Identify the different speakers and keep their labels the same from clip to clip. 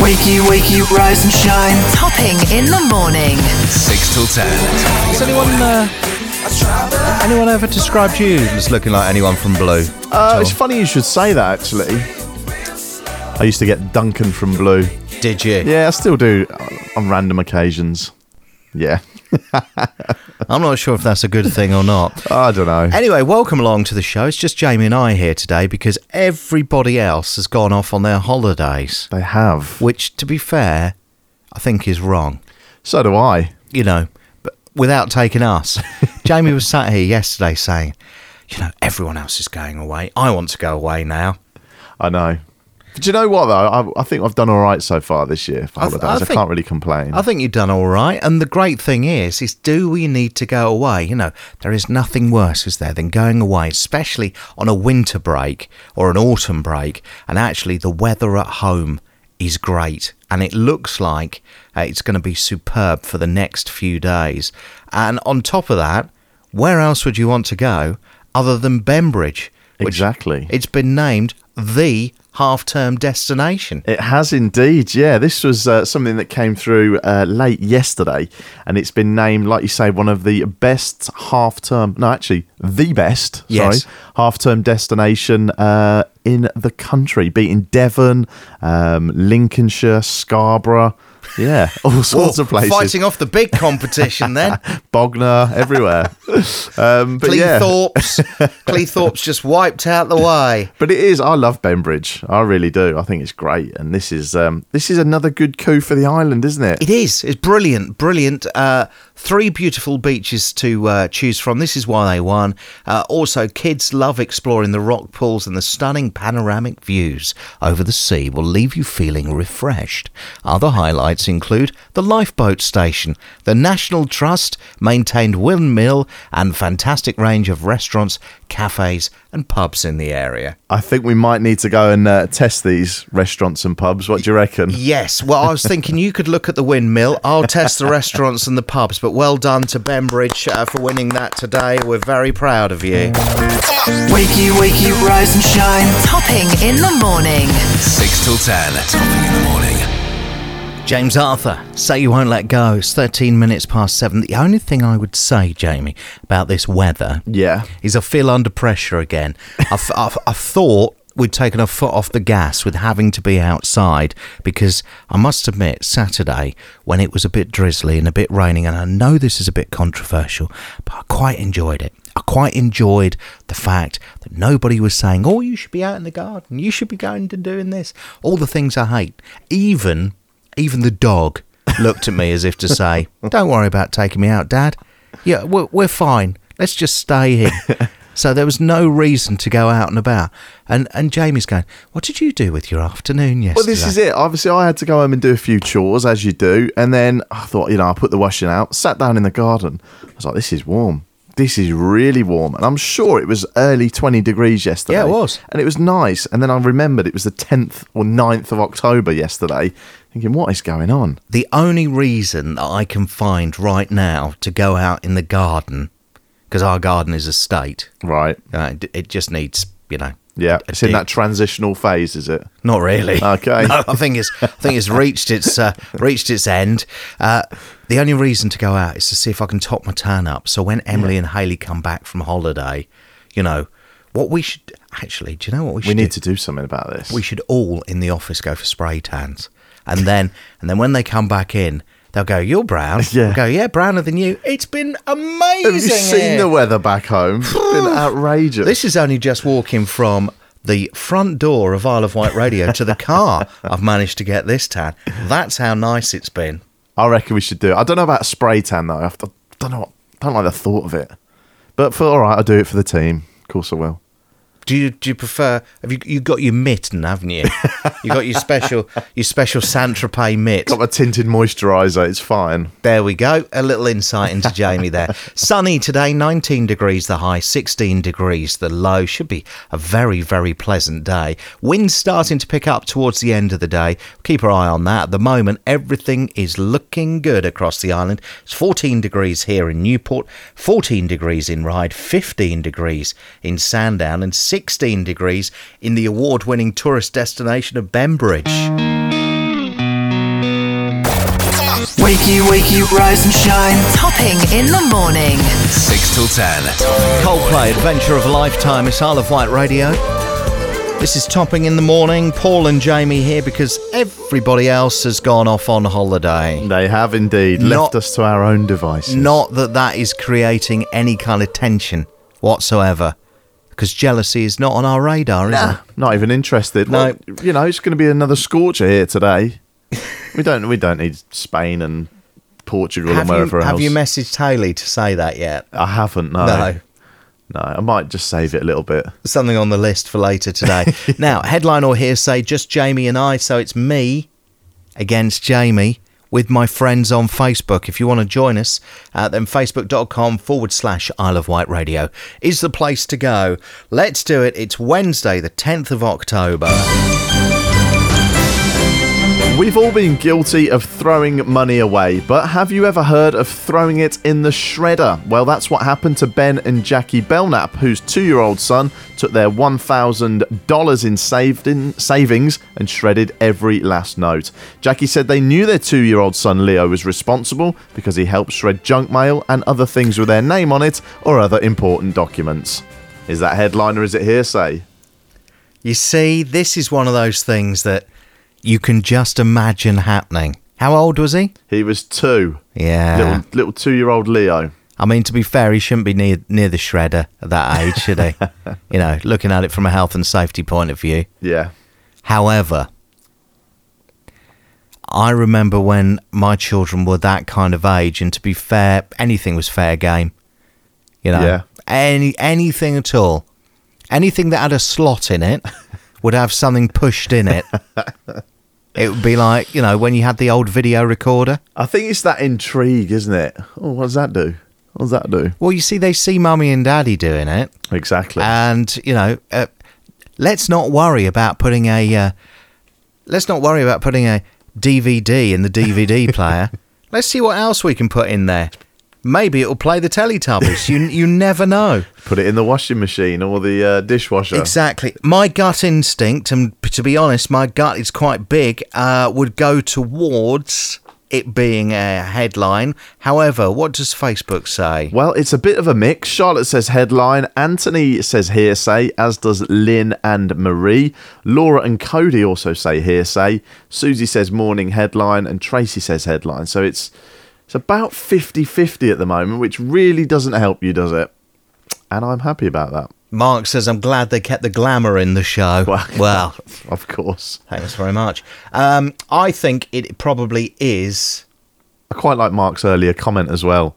Speaker 1: Wakey, wakey, rise and shine.
Speaker 2: Topping in the morning.
Speaker 3: 6 till 10.
Speaker 4: Has anyone uh, anyone ever described you as looking like anyone from Blue?
Speaker 5: Uh,
Speaker 4: At
Speaker 5: it's
Speaker 4: all?
Speaker 5: funny you should say that, actually. I used to get Duncan from Blue.
Speaker 4: Did you?
Speaker 5: Yeah, I still do uh, on random occasions. Yeah,
Speaker 4: I'm not sure if that's a good thing or not.
Speaker 5: I don't know.
Speaker 4: Anyway, welcome along to the show. It's just Jamie and I here today because everybody else has gone off on their holidays,
Speaker 5: They have.
Speaker 4: which, to be fair, I think is wrong.
Speaker 5: So do I.
Speaker 4: you know, but without taking us. Jamie was sat here yesterday saying, you know, everyone else is going away. I want to go away now.
Speaker 5: I know. But do you know what though? I, I think I've done all right so far this year for
Speaker 4: I th-
Speaker 5: holidays. I,
Speaker 4: I think-
Speaker 5: can't really complain.
Speaker 4: I think you've done all right. And the great thing is, is do we need to go away? You know, there is nothing worse, is there, than going away, especially on a winter break or an autumn break. And actually, the weather at home is great. And it looks like uh, it's going to be superb for the next few days. And on top of that, where else would you want to go other than Bembridge? which
Speaker 5: Exactly.
Speaker 4: It's been named the half term destination.
Speaker 5: It has indeed, yeah. This was uh, something that came through uh, late yesterday, and it's been named, like you say, one of the best half term, no, actually, the best,
Speaker 4: Yes.
Speaker 5: sorry, half term destination uh, in the country, beating Devon, um, Lincolnshire, Scarborough, yeah, all sorts
Speaker 4: Whoa,
Speaker 5: of places.
Speaker 4: Fighting off the big competition then.
Speaker 5: Bognor, everywhere. um, but yeah.
Speaker 4: Cleethorpes. Cleethorpes just wiped out the way.
Speaker 5: But it is. I love Benbridge. I really do. I think it's great, and this is um, this is another good coup for the island, isn't it?
Speaker 4: It is. It's brilliant. Brilliant. Uh, three beautiful beaches to uh, choose from. This is why they won. Uh, also, kids love exploring the rock pools and the stunning panoramic views over the sea will leave you feeling refreshed. Other highlights include the lifeboat station, the National Trust maintained windmill, and fantastic range of restaurants, cafes, and pubs in the area.
Speaker 5: I think we might need to go and uh, test these restaurants and pubs. What do you reckon?
Speaker 4: Yes. Well, I was thinking you could look at the windmill. I'll test the restaurants and the pubs. But well done to Benbridge uh, for winning that today. We're very proud of you.
Speaker 1: Wakey, wakey, rise and shine.
Speaker 2: Topping in the morning.
Speaker 3: 6 till 10. Topping in the morning.
Speaker 4: James Arthur, say you won't let go. It's 13 minutes past seven. The only thing I would say, Jamie, about this weather
Speaker 5: Yeah.
Speaker 4: is I feel under pressure again. I, f- I, f- I thought we'd taken our foot off the gas with having to be outside because I must admit, Saturday, when it was a bit drizzly and a bit raining, and I know this is a bit controversial, but I quite enjoyed it. I quite enjoyed the fact that nobody was saying, oh, you should be out in the garden, you should be going to doing this, all the things I hate. Even, even the dog looked at me as if to say, don't worry about taking me out, Dad. Yeah, we're, we're fine. Let's just stay here. so there was no reason to go out and about. And and Jamie's going, what did you do with your afternoon yesterday?
Speaker 5: Well, this is it. Obviously, I had to go home and do a few chores, as you do. And then I thought, you know, I put the washing out, sat down in the garden. I was like, this is warm. This is really warm. And I'm sure it was early 20 degrees yesterday.
Speaker 4: Yeah, it was.
Speaker 5: And it was nice. And then I remembered it was the 10th or 9th of October yesterday, thinking, what is going on?
Speaker 4: The only reason that I can find right now to go out in the garden, because our garden is a state,
Speaker 5: Right.
Speaker 4: uh, it, it just needs, you know.
Speaker 5: Yeah.
Speaker 4: a
Speaker 5: It's in
Speaker 4: dig.
Speaker 5: that transitional phase, is it?
Speaker 4: Not really.
Speaker 5: Okay.
Speaker 4: No, I think it's I think it's reached its uh, reached its end. Uh, the only reason to go out is to see if I can top my tan up. So when Emily and Haley come back from holiday, you know what we should actually. Do you know what we should?
Speaker 5: We
Speaker 4: do?
Speaker 5: need to do something about this.
Speaker 4: We should all in the office go for spray tans, and then and then when they come back in, they'll go, "You're brown."
Speaker 5: Yeah.
Speaker 4: We'll go, yeah, browner than you. It's been amazing.
Speaker 5: Have you seen
Speaker 4: here."
Speaker 5: the weather back home? It's been outrageous.
Speaker 4: This is only just walking from the front door of Isle of Wight Radio to the car. I've managed to get this tan. That's how nice it's been.
Speaker 5: I reckon we should do it. I don't know about spray tan though. I f- I don't know. What, I don't like the thought of it. But for all right, I'll do it for the team. Of course I will.
Speaker 4: Do you do you prefer? Have you you got your mitten, haven't you? You got your special your special Saint Tropez mitt.
Speaker 5: Got my tinted moisturiser. It's fine.
Speaker 4: There we go. A little insight into Jamie there. Sunny today, 19 degrees the high, 16 degrees the low. Should be a very, very pleasant day. Winds starting to pick up towards the end of the day. Keep our eye on that. At the moment, everything is looking good across the island. It's 14 degrees here in Newport, 14 degrees in Ryde, 15 degrees in Sandown, and 16 degrees in the award winning tourist destination of Benbridge.
Speaker 1: Wakey, wakey, rise and shine.
Speaker 2: Topping in the morning.
Speaker 3: 6 till 10.
Speaker 4: Coldplay, Adventure of a Lifetime. It's Isle of Wight Radio. This is Topping in the Morning. Paul and Jamie here because everybody else has gone off on holiday.
Speaker 5: They have indeed
Speaker 4: Not-
Speaker 5: left us to our own devices.
Speaker 4: Not that that is creating any kind of tension whatsoever because jealousy is not on our radar, is it?
Speaker 5: Not even interested.
Speaker 4: No.
Speaker 5: Well, you know, it's going to be another scorcher here today. we don't. We don't need Spain and Portugal
Speaker 4: Have
Speaker 5: and
Speaker 4: you,
Speaker 5: wherever else.
Speaker 4: have you messaged Haley to say that yet?
Speaker 5: I haven't. No.
Speaker 4: No.
Speaker 5: No, I might just save it a little bit.
Speaker 4: Something on the list for later today. now, headline or hearsay, just Jamie and I. So it's me against Jamie with my friends on Facebook. If you want to join us, uh, then facebook.com forward slash Isle of Wight Radio is the place to go. Let's do it. It's Wednesday, the 10th of October.
Speaker 5: We've all been guilty of throwing money away, but have you ever heard of throwing it in the shredder? Well, that's what happened to Ben and Jackie Belknap, whose two year old son took their $1,000 in, saved in savings and shredded every last note. Jackie said they knew their two year old son Leo was responsible because he helped shred junk mail and other things with their name on it or other important documents. Is that headline or is it hearsay?
Speaker 4: You see, this is one of those things that you can just imagine happening. How old was he?
Speaker 5: He was two.
Speaker 4: Yeah.
Speaker 5: Little, little two year old Leo.
Speaker 4: I mean, to be fair, he shouldn't be near near the shredder at that age, should he? you know, looking at it from a health and safety point of view.
Speaker 5: Yeah.
Speaker 4: However, I remember when my children were that kind of age, and to be fair, anything was fair game. You know,
Speaker 5: Yeah.
Speaker 4: any anything at all, anything that had a slot in it would have something pushed in it. it would be like you know when you had the old video recorder.
Speaker 5: I think it's that intrigue, isn't it? Oh, what does that do? What does that do?
Speaker 4: Well, you see, they see mummy and daddy doing it.
Speaker 5: Exactly.
Speaker 4: and you know, uh, let's not worry about putting a uh, let's not worry about putting a DVD in the DVD player. let's see what else we can put in there. Maybe it'll play the Teletubbies. you you never know.
Speaker 5: Put it in the washing machine or the uh, dishwasher.
Speaker 4: Exactly. My gut instinct, and p- to be honest, my gut is quite big, uh, would go towards it being a headline. However, what does Facebook say?
Speaker 5: well, it's a bit of a mix. Charlotte says headline, Anthony says hearsay, as does Lynn and Marie. Laura and Cody also say hearsay. Susie says morning headline, and Tracy says headline. So it's it's about 50 50 at the moment, which really doesn't help you, does it? And I'm happy about that.
Speaker 4: Mark says, I'm glad they kept the glamour in the show.
Speaker 5: Well-
Speaker 4: well
Speaker 5: Of course.
Speaker 4: Thanks very much. Um, I think it probably is.
Speaker 5: I quite like Mark's earlier comment as well.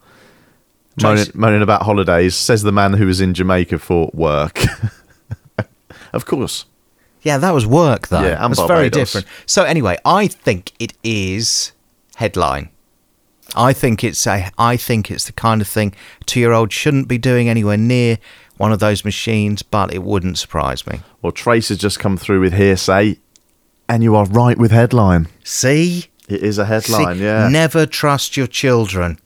Speaker 5: Moaning,
Speaker 4: Tracy-
Speaker 5: moaning about holidays, says the man who was in Jamaica for work. of course.
Speaker 4: Yeah, that was work though.
Speaker 5: Yeah, and
Speaker 4: That's very
Speaker 5: Barbados.
Speaker 4: different. So anyway, I think it is headline. I think it's a. I think it's the kind of thing two-year-old shouldn't be doing anywhere near one of those machines. But it wouldn't surprise me.
Speaker 5: Well, Trace has just come through with hearsay, and you are right with headline.
Speaker 4: See,
Speaker 5: It is a headline,
Speaker 4: See?
Speaker 5: yeah.
Speaker 4: Never trust your children.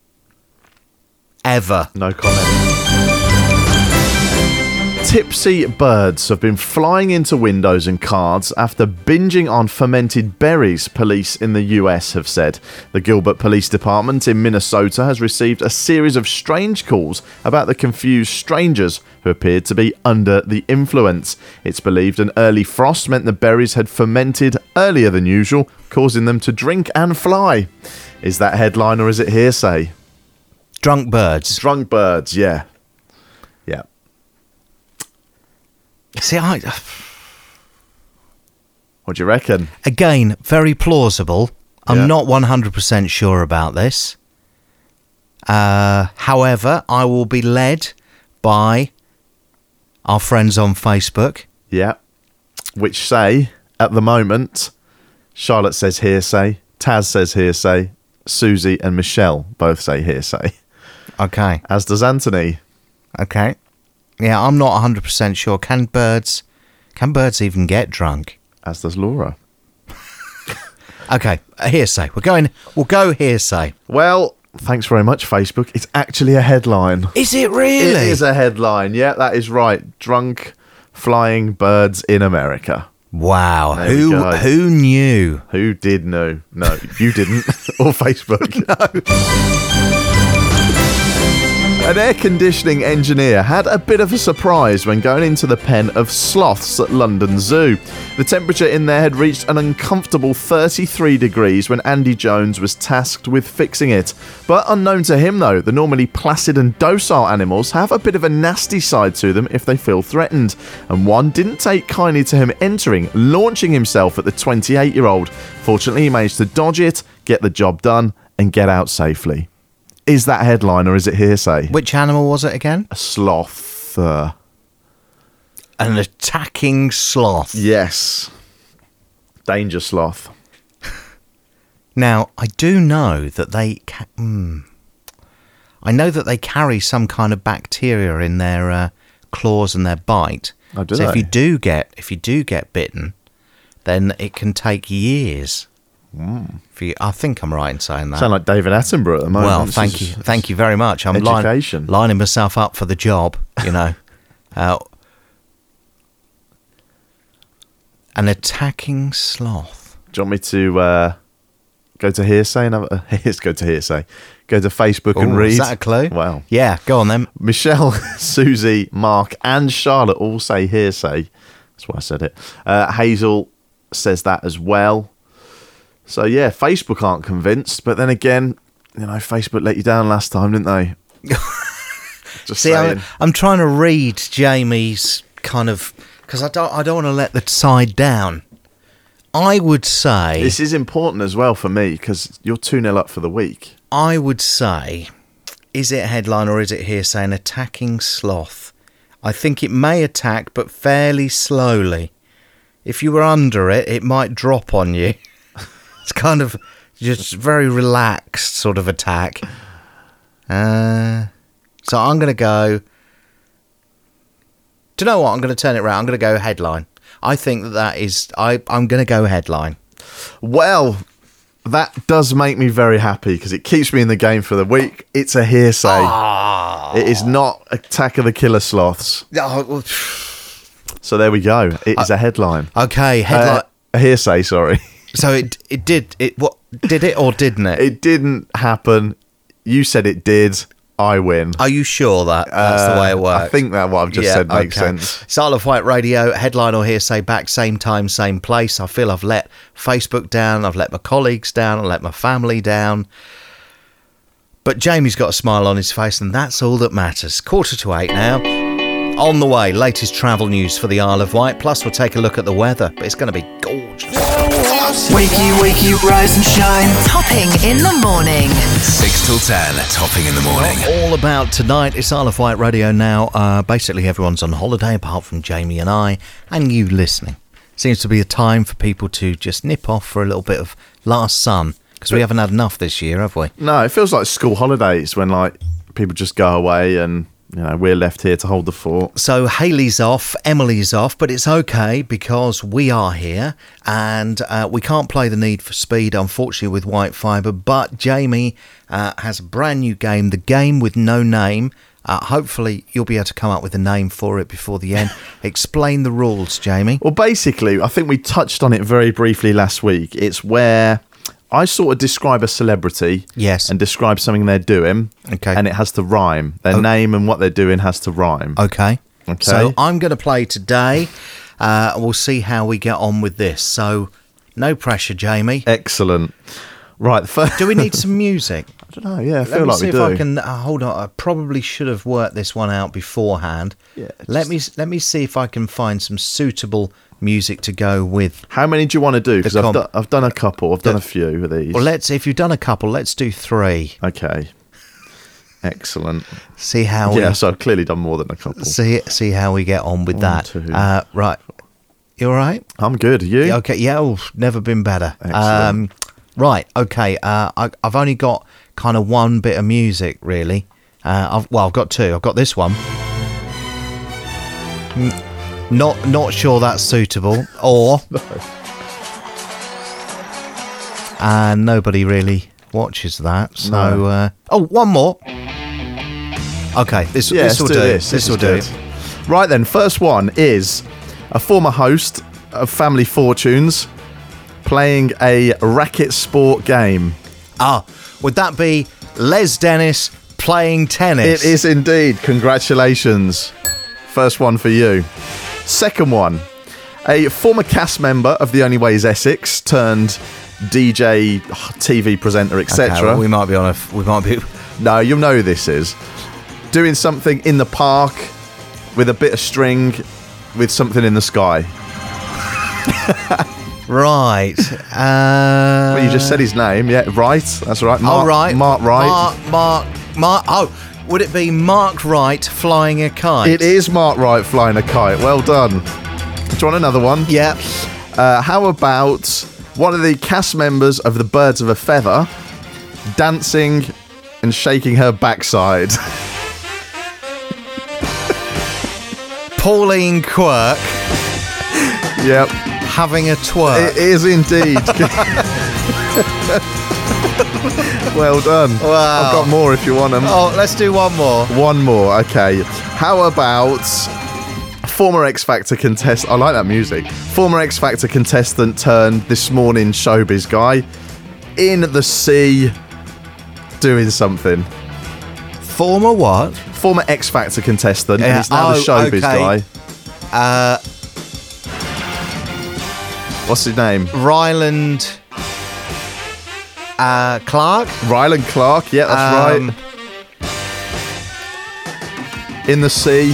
Speaker 4: Ever.
Speaker 5: no comment. Tipsy birds have been flying into windows and cards after binging on fermented berries, police in the US have said. The Gilbert Police Department in Minnesota has received a series of strange calls about the confused strangers who appeared to be under the influence. It's believed an early frost meant the berries had fermented earlier than usual, causing them to drink and fly. Is that headline or is it hearsay?
Speaker 4: Drunk birds.
Speaker 5: Drunk birds, yeah. Yeah.
Speaker 4: See, I
Speaker 5: What do you reckon?
Speaker 4: again, very plausible. I'm
Speaker 5: Yeah.
Speaker 4: not 100% sure about this. Uh, however, I will be led by our friends on Facebook.
Speaker 5: Yeah. Which say, at the moment, Charlotte says hearsay, Taz says hearsay, Susie and Michelle both say hearsay,
Speaker 4: Okay.
Speaker 5: as does Anthony.
Speaker 4: Okay. Yeah, I'm not 100% sure. Can birds can birds even get drunk?
Speaker 5: As does Laura.
Speaker 4: Okay, a hearsay. We're going we'll go hearsay.
Speaker 5: Well, thanks very much, Facebook. It's actually a headline.
Speaker 4: Is it really?
Speaker 5: It is a headline. Yeah, that is right. Drunk flying birds in America.
Speaker 4: Wow.
Speaker 5: There we
Speaker 4: who
Speaker 5: go.
Speaker 4: who knew?
Speaker 5: Who did know? No, you didn't. or Facebook. An air conditioning engineer had a bit of a surprise when going into the pen of sloths at London Zoo. The temperature in there had reached an uncomfortable 33 degrees when Andy Jones was tasked with fixing it. But unknown to him, though, the normally placid and docile animals have a bit of a nasty side to them if they feel threatened. And one didn't take kindly to him entering, launching himself at the 28 year old. Fortunately, he managed to dodge it, get the job done, and get out safely. Is that headline or is it hearsay?
Speaker 4: Which animal was it again?
Speaker 5: a sloth. uh,
Speaker 4: An attacking sloth.
Speaker 5: yes. Danger sloth.
Speaker 4: Now, I do know that they. Ca- mm. I know that they carry some kind of bacteria in their uh, claws and their bite.
Speaker 5: Oh, do
Speaker 4: so if
Speaker 5: they?
Speaker 4: you do get if you do get bitten, then it can take years. For you, I think I'm right in saying that.
Speaker 5: Sound Hmm. like David Attenborough at the moment.
Speaker 4: well,
Speaker 5: This
Speaker 4: thank
Speaker 5: is-
Speaker 4: you, thank you very much. I'm line-
Speaker 5: Education.
Speaker 4: lining myself up for the job. You know, uh, an attacking sloth.
Speaker 5: Do you want me to uh, go to hearsay and have a, let's go to hearsay. Go to Facebook and
Speaker 4: Ooh,
Speaker 5: read.
Speaker 4: Is that a clue?
Speaker 5: Wow.
Speaker 4: Yeah, go on then.
Speaker 5: Michelle, Susie, Mark, and Charlotte all say hearsay. That's why I said it. Uh, Hazel says that as well. So yeah, Facebook aren't convinced, but then again, you know, Facebook let you down last time, didn't they? Just
Speaker 4: See,
Speaker 5: saying.
Speaker 4: I'm, I'm trying to read Jamie's kind of because I don't I don't want to let the side down. I would say
Speaker 5: This is important as well for me because you're 2 0 up for the week.
Speaker 4: I would say is it headline or is it hearsay? An attacking sloth. I think it may attack, but fairly slowly. If you were under it, it might drop on you. it's kind of just very relaxed sort of attack. Uh, so I'm going to go. Do you know what? I'm going to turn it round. I'm going to go headline. I think that that is. I, I'm going to go headline.
Speaker 5: Well, that does make me very happy because it keeps me in the game for the week. It's a hearsay. It is not Attack of the Killer Sloths.
Speaker 4: Oh, well,
Speaker 5: So there we go. It is a headline.
Speaker 4: okay, headline.
Speaker 5: Uh, a hearsay, sorry.
Speaker 4: So it it did it what did it or didn't it?
Speaker 5: It didn't happen. You said it did. I win.
Speaker 4: Are you sure that that's the way it
Speaker 5: Uh,
Speaker 4: works?
Speaker 5: I think that what I've just said makes
Speaker 4: okay.
Speaker 5: sense.
Speaker 4: Style of White Radio, headline or hearsay back, same time, same place. I feel I've let Facebook down, I've let my colleagues down, I've let my family down. But Jamie's got a smile on his face, and that's all that matters. Quarter to eight now. On the way, latest travel news for the Isle of Wight. Plus, we'll take a look at the weather, but it's going to be gorgeous.
Speaker 1: Wakey, wakey, rise and shine.
Speaker 2: Topping in the morning.
Speaker 3: 6 till 10. Topping in the morning.
Speaker 4: all about tonight. It's Isle of Wight Radio now. Uh, basically, everyone's on holiday apart from Jamie and I, and you listening. Seems to be a time for people to just nip off for a little bit of last sun because we haven't had enough this year, have we?
Speaker 5: No, it feels like school holidays when like people just go away and you know we're left here to hold the fort.
Speaker 4: So Haley's off, Emily's off, but it's okay because we are here and uh, we can't play the need for speed, unfortunately, with White Fibre. But Jamie uh, has a brand new game, the game with no name. Uh, hopefully, you'll be able to come up with a name for it before the end. Explain the rules, Jamie.
Speaker 5: Well, basically, I think we touched on it very briefly last week. It's where I sort of describe a celebrity,
Speaker 4: Yes.
Speaker 5: and describe something they're doing,
Speaker 4: Okay. Oh.
Speaker 5: and it has to rhyme. Their name and what they're doing has to rhyme.
Speaker 4: Okay.
Speaker 5: Okay.
Speaker 4: So I'm going to play today. Uh, we'll see how we get on with this. So, no pressure, Jamie.
Speaker 5: Uh, Excellent. Right, the first.
Speaker 4: Do we need some music?
Speaker 5: I don't know. Yeah, I feel
Speaker 4: Let me
Speaker 5: like
Speaker 4: see
Speaker 5: we
Speaker 4: if
Speaker 5: do.
Speaker 4: I can uh, hold on. I probably should have worked this one out beforehand.
Speaker 5: Yeah,
Speaker 4: Let me
Speaker 5: just-
Speaker 4: let me see if I can find some suitable music to go with.
Speaker 5: How many do you want to do? Because
Speaker 4: The
Speaker 5: I've,
Speaker 4: comp-
Speaker 5: do- I've done a couple. I've done a few of these.
Speaker 4: Well, Oh, let's if you've done a couple, let's do three.
Speaker 5: okay. Excellent.
Speaker 4: See how
Speaker 5: yeah, so I've clearly done more than a couple.
Speaker 4: we see see how we get on with
Speaker 5: One,
Speaker 4: that.
Speaker 5: two.
Speaker 4: Uh, right, you all right?
Speaker 5: I'm good. You?
Speaker 4: Yeah, okay, yeah, oh, never been better. Um,
Speaker 5: Excellent.
Speaker 4: right, okay. Uh, I, I've only got kind of one bit of music, really. Uh, I've, well, I've got two. I've got this one. N- Not not sure that's suitable, or and nobody really watches that. So,
Speaker 5: No.
Speaker 4: uh, oh, one more. Okay, this
Speaker 5: Yeah,
Speaker 4: this will
Speaker 5: let's
Speaker 4: do.
Speaker 5: This,
Speaker 4: This will
Speaker 5: is
Speaker 4: do.
Speaker 5: good. Right then, first one is a former host of family fortunes playing a racket sport game.
Speaker 4: Ah, would that be Les Dennis playing tennis?
Speaker 5: It is indeed. Congratulations. First one for you. Second one. A former cast member of The Only Way is Essex turned DJ, TV presenter, etc.
Speaker 4: Okay, well, we might be on a. f- We might be.
Speaker 5: No, you'll know who this is. Doing something in the park with a bit of string with something in the sky.
Speaker 4: Right. Uh,
Speaker 5: Well, you just said his name. Yeah, Wright. That's right. Mark,
Speaker 4: oh, right.
Speaker 5: Mark Wright.
Speaker 4: Mark, Mark, Mark. Oh, would it be Mark Wright flying a kite?
Speaker 5: It is Mark Wright flying a kite. Well done. Do you want another one?
Speaker 4: Yep.
Speaker 5: Uh, how about one of the cast members of the Birds of a Feather dancing and shaking her backside?
Speaker 4: Pauline Quirk
Speaker 5: yep,
Speaker 4: having a twerk.
Speaker 5: it is indeed. well done.
Speaker 4: Wow.
Speaker 5: I've got more if you want them.
Speaker 4: oh, let's do one more.
Speaker 5: One more, okay. How about former X Factor contest? I like that music. Former X Factor contestant turned this morning showbiz guy in the sea doing something.
Speaker 4: Former what?
Speaker 5: Former X Factor contestant,
Speaker 4: Yeah,
Speaker 5: and he's now the
Speaker 4: oh,
Speaker 5: showbiz
Speaker 4: okay. Uh,
Speaker 5: guy. What's his name?
Speaker 4: Ryland uh, Clark.
Speaker 5: Ryland Clark. Yeah, that's
Speaker 4: Um,
Speaker 5: right. In the sea.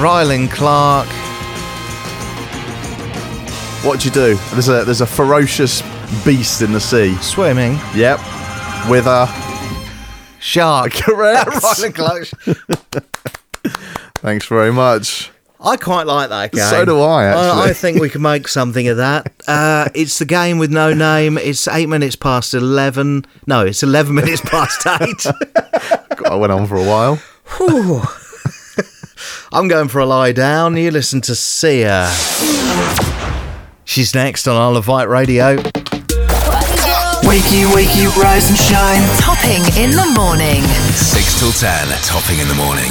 Speaker 4: Ryland Clark.
Speaker 5: What'd you do? There's a there's a ferocious beast in the sea.
Speaker 4: Swimming.
Speaker 5: Yep. With a
Speaker 4: Shark.
Speaker 5: correct.
Speaker 4: Ryland Clark.
Speaker 5: Thanks very much.
Speaker 4: I quite like that game.
Speaker 5: So do I, actually.
Speaker 4: I think we can make something of that. Uh, it's the game with no name. It's eight minutes past eleven. No, it's eleven minutes past eight.
Speaker 5: God, I went on for a while.
Speaker 4: I'm going for a lie down. You listen to Sia. She's next on Isle of Wight Radio.
Speaker 1: Wakey, wakey, rise and shine.
Speaker 2: Topping in the morning.
Speaker 3: 6 till 10, topping in the morning.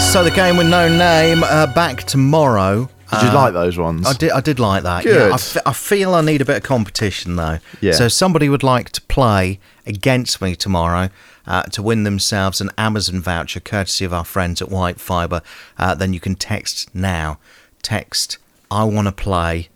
Speaker 4: So the game with no name. Uh, back tomorrow.
Speaker 5: Did you like those ones?
Speaker 4: Uh, I did. I did like that.
Speaker 5: Good.
Speaker 4: Yeah, I, f- I feel I need a bit of competition though.
Speaker 5: Yeah.
Speaker 4: So if somebody would like to play against me tomorrow uh, to win themselves an Amazon voucher, courtesy of our friends at White Fibre. Uh, then you can text now. Text. I want to play.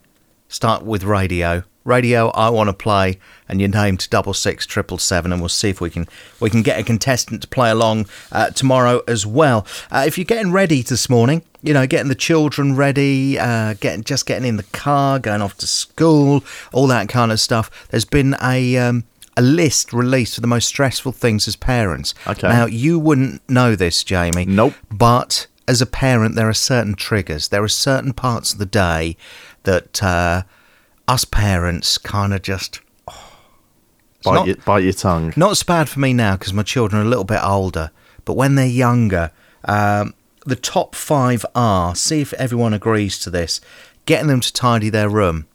Speaker 4: Start with radio. Radio. I want to play. And your name to double six triple seven, and we'll see if we can we can get a contestant to play along uh, tomorrow as well. Uh, if you're getting ready this morning, you know, getting the children ready, uh, getting just getting in the car, going off to school, all that kind of stuff. There's been a um, a list released of the most stressful things as parents.
Speaker 5: Okay.
Speaker 4: Now you wouldn't know this, Jamie.
Speaker 5: Nope.
Speaker 4: But as a parent, there are certain triggers. There are certain parts of the day that uh, us parents kind of just
Speaker 5: bite,
Speaker 4: not-
Speaker 5: your, bite your tongue.
Speaker 4: not so bad for me now because my children are a little bit older. But when they're younger, um, the top five are see if everyone agrees to this getting them to tidy their room.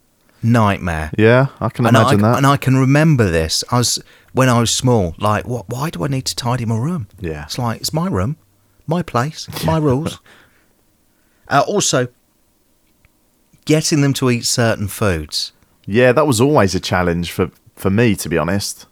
Speaker 4: Nightmare.
Speaker 5: Yeah, I can
Speaker 4: And I,
Speaker 5: imagine that.
Speaker 4: and I can remember this. I was when I was small. Like, what? Why do I need to tidy my room?
Speaker 5: Yeah.
Speaker 4: it's like it's my room, my place, my rules. Uh, also, getting them to eat certain foods.
Speaker 5: yeah, that was always a challenge for, for me, to be honest.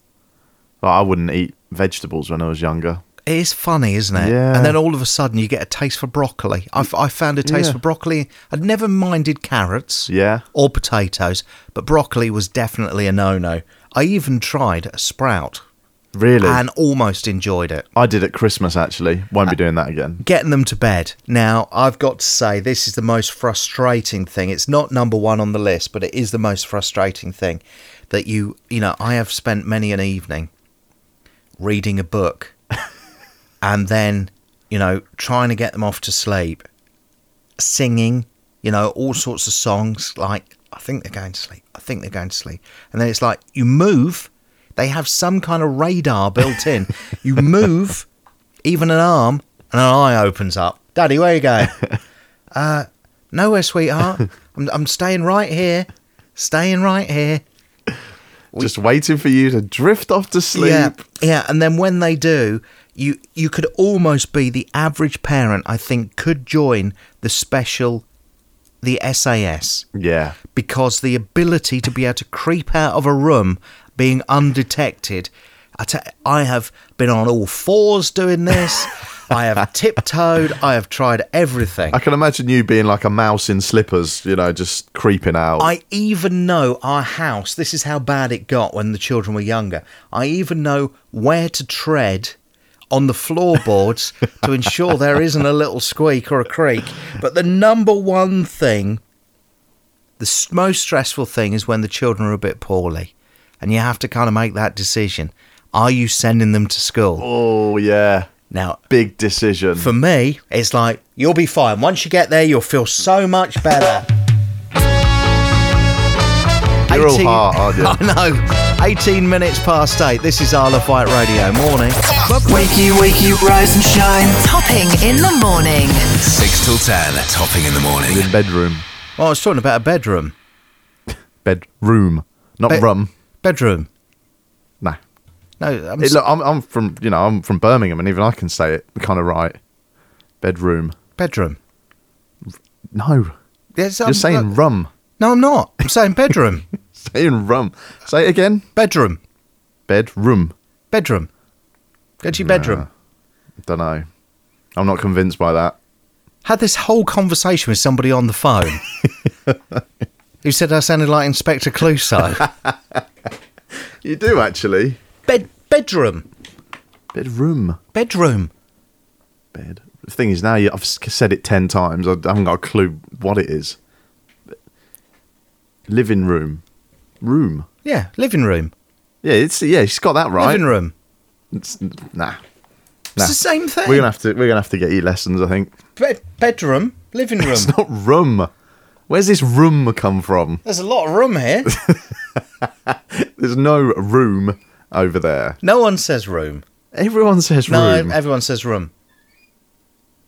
Speaker 5: Like, I wouldn't eat vegetables when I was younger.
Speaker 4: It is funny, isn't it?
Speaker 5: Yeah.
Speaker 4: And then all of a sudden, you get a taste for broccoli. I, f- I found a taste
Speaker 5: Yeah.
Speaker 4: for broccoli. I'd never minded carrots.
Speaker 5: Yeah.
Speaker 4: Or potatoes, but broccoli was definitely a no-no. I even tried a sprout
Speaker 5: Really?
Speaker 4: and almost enjoyed it.
Speaker 5: I did at Christmas, actually. Won't be doing that again.
Speaker 4: getting them to bed. Now, I've got to say, this is the most frustrating thing. It's not number one on the list, but it is the most frustrating thing that you, you know, I have spent many an evening reading a book and then, you know, trying to get them off to sleep, singing, you know, all sorts of songs like, I think they're going to sleep. I think they're going to sleep. And then it's like, you move. They have some kind of radar built in. you move even an arm, and an eye opens up. Daddy, where you going? uh, nowhere, sweetheart. I'm, I'm staying right here. Staying right here.
Speaker 5: Just waiting for you to drift off to sleep.
Speaker 4: Yeah, yeah. And then when they do, you you could almost be the average parent. I think could join the special the SAS
Speaker 5: Yeah.
Speaker 4: because the ability to be able to creep out of a room being undetected. I, te- I have been on all fours doing this. I have tiptoed. I have tried everything.
Speaker 5: I can imagine you being like a mouse in slippers, you know, just creeping out.
Speaker 4: I even know our house. This is how bad it got when the children were younger. I even know where to tread on the floorboards to ensure there isn't a little squeak or a creak. But the number one thing, the s- most stressful thing, is when the children are a bit poorly, and you have to kind of make that decision: Are you sending them to school?
Speaker 5: oh, yeah.
Speaker 4: Now,
Speaker 5: Big decision.
Speaker 4: for me, it's like you'll be fine. Once you get there, you'll feel so much better.
Speaker 5: You're all heart, aren't you?
Speaker 4: I know. 18 minutes past eight. This is Isle of Wight Radio morning.
Speaker 1: Wakey, wakey, rise and shine.
Speaker 2: Topping in the morning.
Speaker 3: 6 till 10, topping in the morning.
Speaker 5: in bedroom.
Speaker 4: Well, Oh, I was talking about a bedroom.
Speaker 5: Bedroom. Not
Speaker 4: Be-
Speaker 5: rum.
Speaker 4: Bedroom.
Speaker 5: Nah.
Speaker 4: No, I'm
Speaker 5: It,
Speaker 4: s-
Speaker 5: look, I'm, I'm from, you know, I'm from Birmingham and even I can say it kind of right. Bedroom.
Speaker 4: bedroom. Um,
Speaker 5: No.
Speaker 4: Yes,
Speaker 5: You're saying rum.
Speaker 4: no, I'm not. I'm saying bedroom.
Speaker 5: Saying rum. Say it again.
Speaker 4: bedroom.
Speaker 5: Bedroom.
Speaker 4: Bedroom. Go to your bedroom.
Speaker 5: Don't know. I'm not convinced by that.
Speaker 4: Had this whole conversation with somebody on the phone who said I sounded like Inspector Clouseau.
Speaker 5: You do actually.
Speaker 4: Bed bedroom.
Speaker 5: Bedroom.
Speaker 4: Bedroom.
Speaker 5: Bed. The thing is, now you, I've s- said it ten times. I haven't got a clue what it is. Living room. Room.
Speaker 4: Yeah, living room.
Speaker 5: Yeah, it's yeah. She's got that right.
Speaker 4: Living room.
Speaker 5: It's, nah. Nah.
Speaker 4: the same thing.
Speaker 5: We're gonna have to. We're gonna have to get you lessons. I think.
Speaker 4: Bed- bedroom. Living room.
Speaker 5: It's not room. Where's this room come from?
Speaker 4: There's a lot of room here.
Speaker 5: There's no room over there.
Speaker 4: No one says room.
Speaker 5: Everyone says
Speaker 4: No,
Speaker 5: room.
Speaker 4: everyone says room.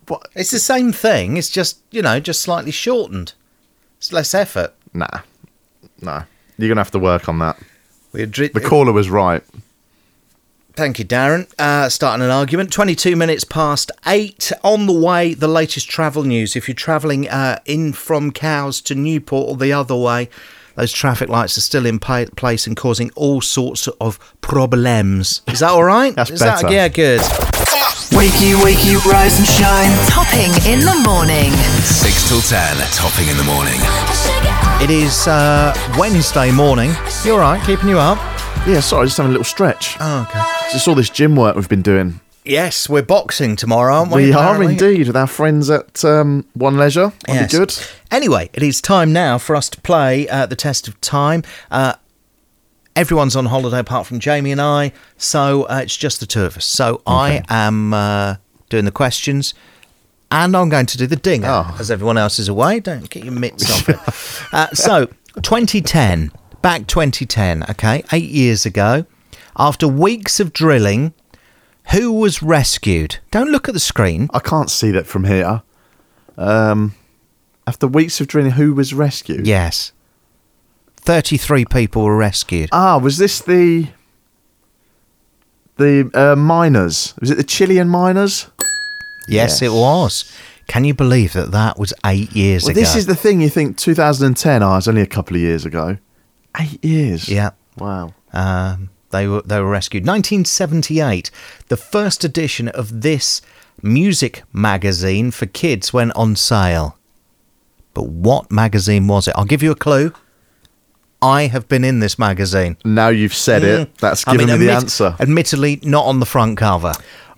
Speaker 5: What?
Speaker 4: It's the same thing. It's just you know, just slightly shortened. It's less effort.
Speaker 5: Nah. No. You're gonna have to work on that.
Speaker 4: We adri-
Speaker 5: The caller was right.
Speaker 4: Thank you, Darren. Uh, starting an argument. 22 minutes past eight. On the way, the latest travel news. If you're travelling uh, in from Cowes to Newport or the other way, those traffic lights are still in pa- place and causing all sorts of problems. Is that all right?
Speaker 5: That's
Speaker 4: Is that-
Speaker 5: better.
Speaker 4: yeah, good.
Speaker 1: Wakey, wakey, rise and shine.
Speaker 2: Topping in the morning.
Speaker 3: 6 till 10, topping in the morning.
Speaker 4: It is uh, Wednesday morning. You all right? Keeping you up?
Speaker 5: Yeah, sorry, just having a little stretch.
Speaker 4: Oh, okay.
Speaker 5: It's Just all this gym work we've been doing.
Speaker 4: Yes, we're boxing tomorrow, aren't we?
Speaker 5: we
Speaker 4: apparently?
Speaker 5: are indeed with our friends at um, One Leisure.
Speaker 4: Yes.
Speaker 5: That'd be good.
Speaker 4: Anyway, it is time now for us to play uh, the test of time. Uh, everyone's on holiday apart from Jamie and I, so uh, it's just the two of us. So I am uh, doing the questions. And I'm going to do the dinger,
Speaker 5: Oh.
Speaker 4: as everyone else is away. Don't get your mitts off it. Uh, so, 2010, back 2010, okay, eight years ago, after weeks of drilling, who was rescued? Don't look at the screen.
Speaker 5: I can't see that from here. Um, after weeks of drilling, who was rescued?
Speaker 4: Yes. 33 people were rescued.
Speaker 5: Ah, was this the the uh, miners? Was it the Chilean miners?
Speaker 4: yes,
Speaker 5: yes.
Speaker 4: it was. Can you believe that that was eight years
Speaker 5: Well,
Speaker 4: ago?
Speaker 5: this is the thing. You think 2010? Ah, it's only a couple of years ago. Eight years.
Speaker 4: Yeah.
Speaker 5: Wow.
Speaker 4: Um, they were they were rescued. 1978, the first edition of this music magazine for kids went on sale. But what magazine was it? I'll give you a clue. I have been in this magazine.
Speaker 5: Now you've said it. That's
Speaker 4: Mm. I
Speaker 5: given
Speaker 4: mean,
Speaker 5: me the
Speaker 4: admit-
Speaker 5: answer.
Speaker 4: Admittedly, not on the front cover.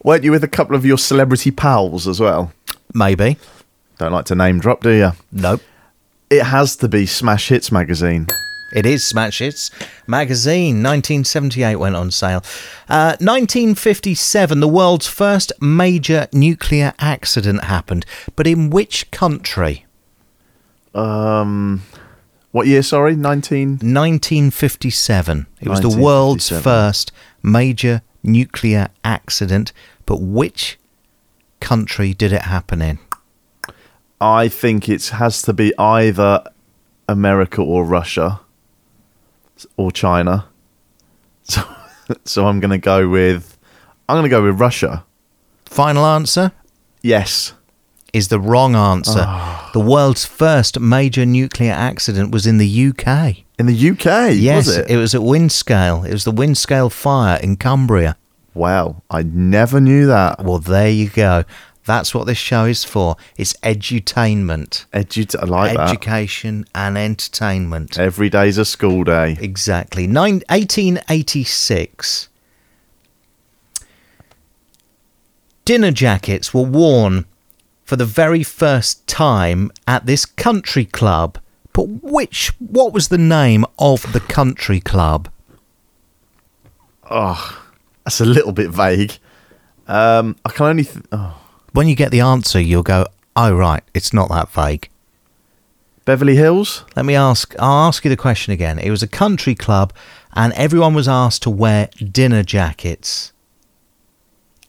Speaker 5: Weren't you with a couple of your celebrity pals as well?
Speaker 4: Maybe.
Speaker 5: Don't like to name drop, do you?
Speaker 4: Nope.
Speaker 5: It has to be Smash Hits magazine.
Speaker 4: It is Smash Hits magazine. 1978 went on sale. Uh, 1957, the world's first major nuclear accident happened. But in which country?
Speaker 5: What year? Sorry, nineteen.
Speaker 4: 1957. It was the
Speaker 5: 1957.
Speaker 4: world's first major nuclear accident. But which country did it happen in?
Speaker 5: I think it has to be either America or Russia or China. So, so I'm going to go with I'm going to go with Russia.
Speaker 4: Final answer?
Speaker 5: Yes,
Speaker 4: is the wrong answer. The world's first major nuclear accident was in the UK.
Speaker 5: In the UK,
Speaker 4: Yes,
Speaker 5: was it?
Speaker 4: was at Windscale. It was the Windscale fire in Cumbria.
Speaker 5: Wow, I never knew that.
Speaker 4: Well, there you go. That's what this show is for. It's edutainment,
Speaker 5: Edu- I like that. Eh.
Speaker 4: education, and entertainment.
Speaker 5: Every day's a school day.
Speaker 4: Exactly. Nine, 1886. Dinner jackets were worn for the very first time at this country club. But which, what was the name of the country club?
Speaker 5: That's a little bit vague. Um, I can only. Th- oh.
Speaker 4: When you get the answer, you'll go, oh, right, it's not that vague.
Speaker 5: Beverly Hills?
Speaker 4: Let me ask, I'll ask you the question again. It was a country club and everyone was asked to wear dinner jackets.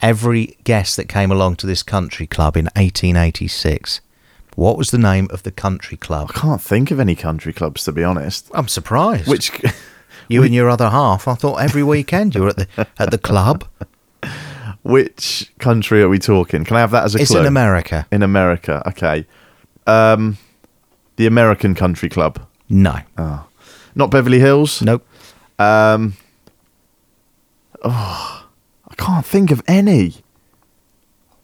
Speaker 4: Every guest that came along to this country club in 1886. What was the name of the country club?
Speaker 5: I can't think of any country clubs, to be honest.
Speaker 4: I'm surprised.
Speaker 5: Which.
Speaker 4: you and your other half, I thought every weekend you were at the at the club.
Speaker 5: Which country are we talking? Can I have that as a
Speaker 4: It's
Speaker 5: clue?
Speaker 4: in America.
Speaker 5: In America, okay. Um, the American Country Club.
Speaker 4: No.
Speaker 5: Not Beverly Hills.
Speaker 4: Nope.
Speaker 5: I can't think of any.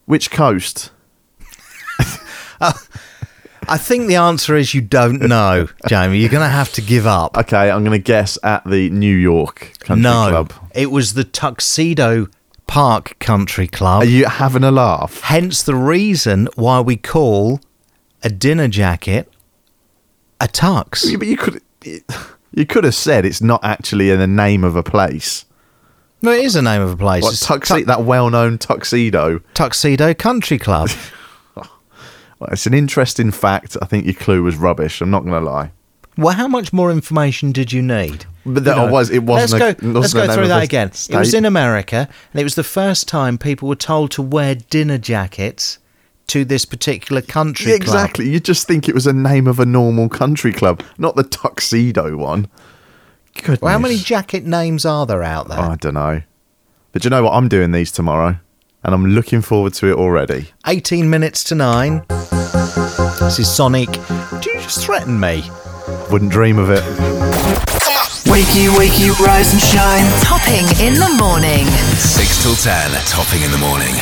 Speaker 5: Which coast?
Speaker 4: I think the answer is you don't know, Jamie. You're going to have to give up.
Speaker 5: Okay, I'm going to guess at the New York Country
Speaker 4: no,
Speaker 5: Club.
Speaker 4: it was the Tuxedo Park Country Club.
Speaker 5: Are you having a laugh?
Speaker 4: Hence the reason why we call a dinner jacket a tux.
Speaker 5: You, but you could you could have said it's not actually in the name of a place.
Speaker 4: No, it is the name of a place.
Speaker 5: Like
Speaker 4: It's
Speaker 5: tuxi- that well-known tuxedo.
Speaker 4: Tu- Tuxedo Country Club.
Speaker 5: Well, it's an interesting fact. I think your clue was rubbish. I'm not going to lie.
Speaker 4: well, how much more information did you need?
Speaker 5: But that I was. It
Speaker 4: Let's
Speaker 5: wasn't.
Speaker 4: go,
Speaker 5: a, it wasn't
Speaker 4: let's
Speaker 5: the
Speaker 4: go
Speaker 5: name
Speaker 4: through
Speaker 5: of
Speaker 4: that
Speaker 5: a
Speaker 4: again. It was
Speaker 5: state.
Speaker 4: in America, and it was the first time people were told to wear dinner jackets to this particular country club.
Speaker 5: exactly. You just think it was a name of a normal country club, not the tuxedo one. Goodness.
Speaker 4: Well, how many jacket names are there out there?
Speaker 5: I don't know. But you know what? I'm doing these tomorrow, and I'm looking forward to it already.
Speaker 4: 18 minutes to 9. This is Sonic. Do you just threaten me?
Speaker 5: Wouldn't dream of it.
Speaker 1: Wakey, wakey, rise and shine.
Speaker 2: Topping in the morning.
Speaker 3: Six till ten, topping in the morning.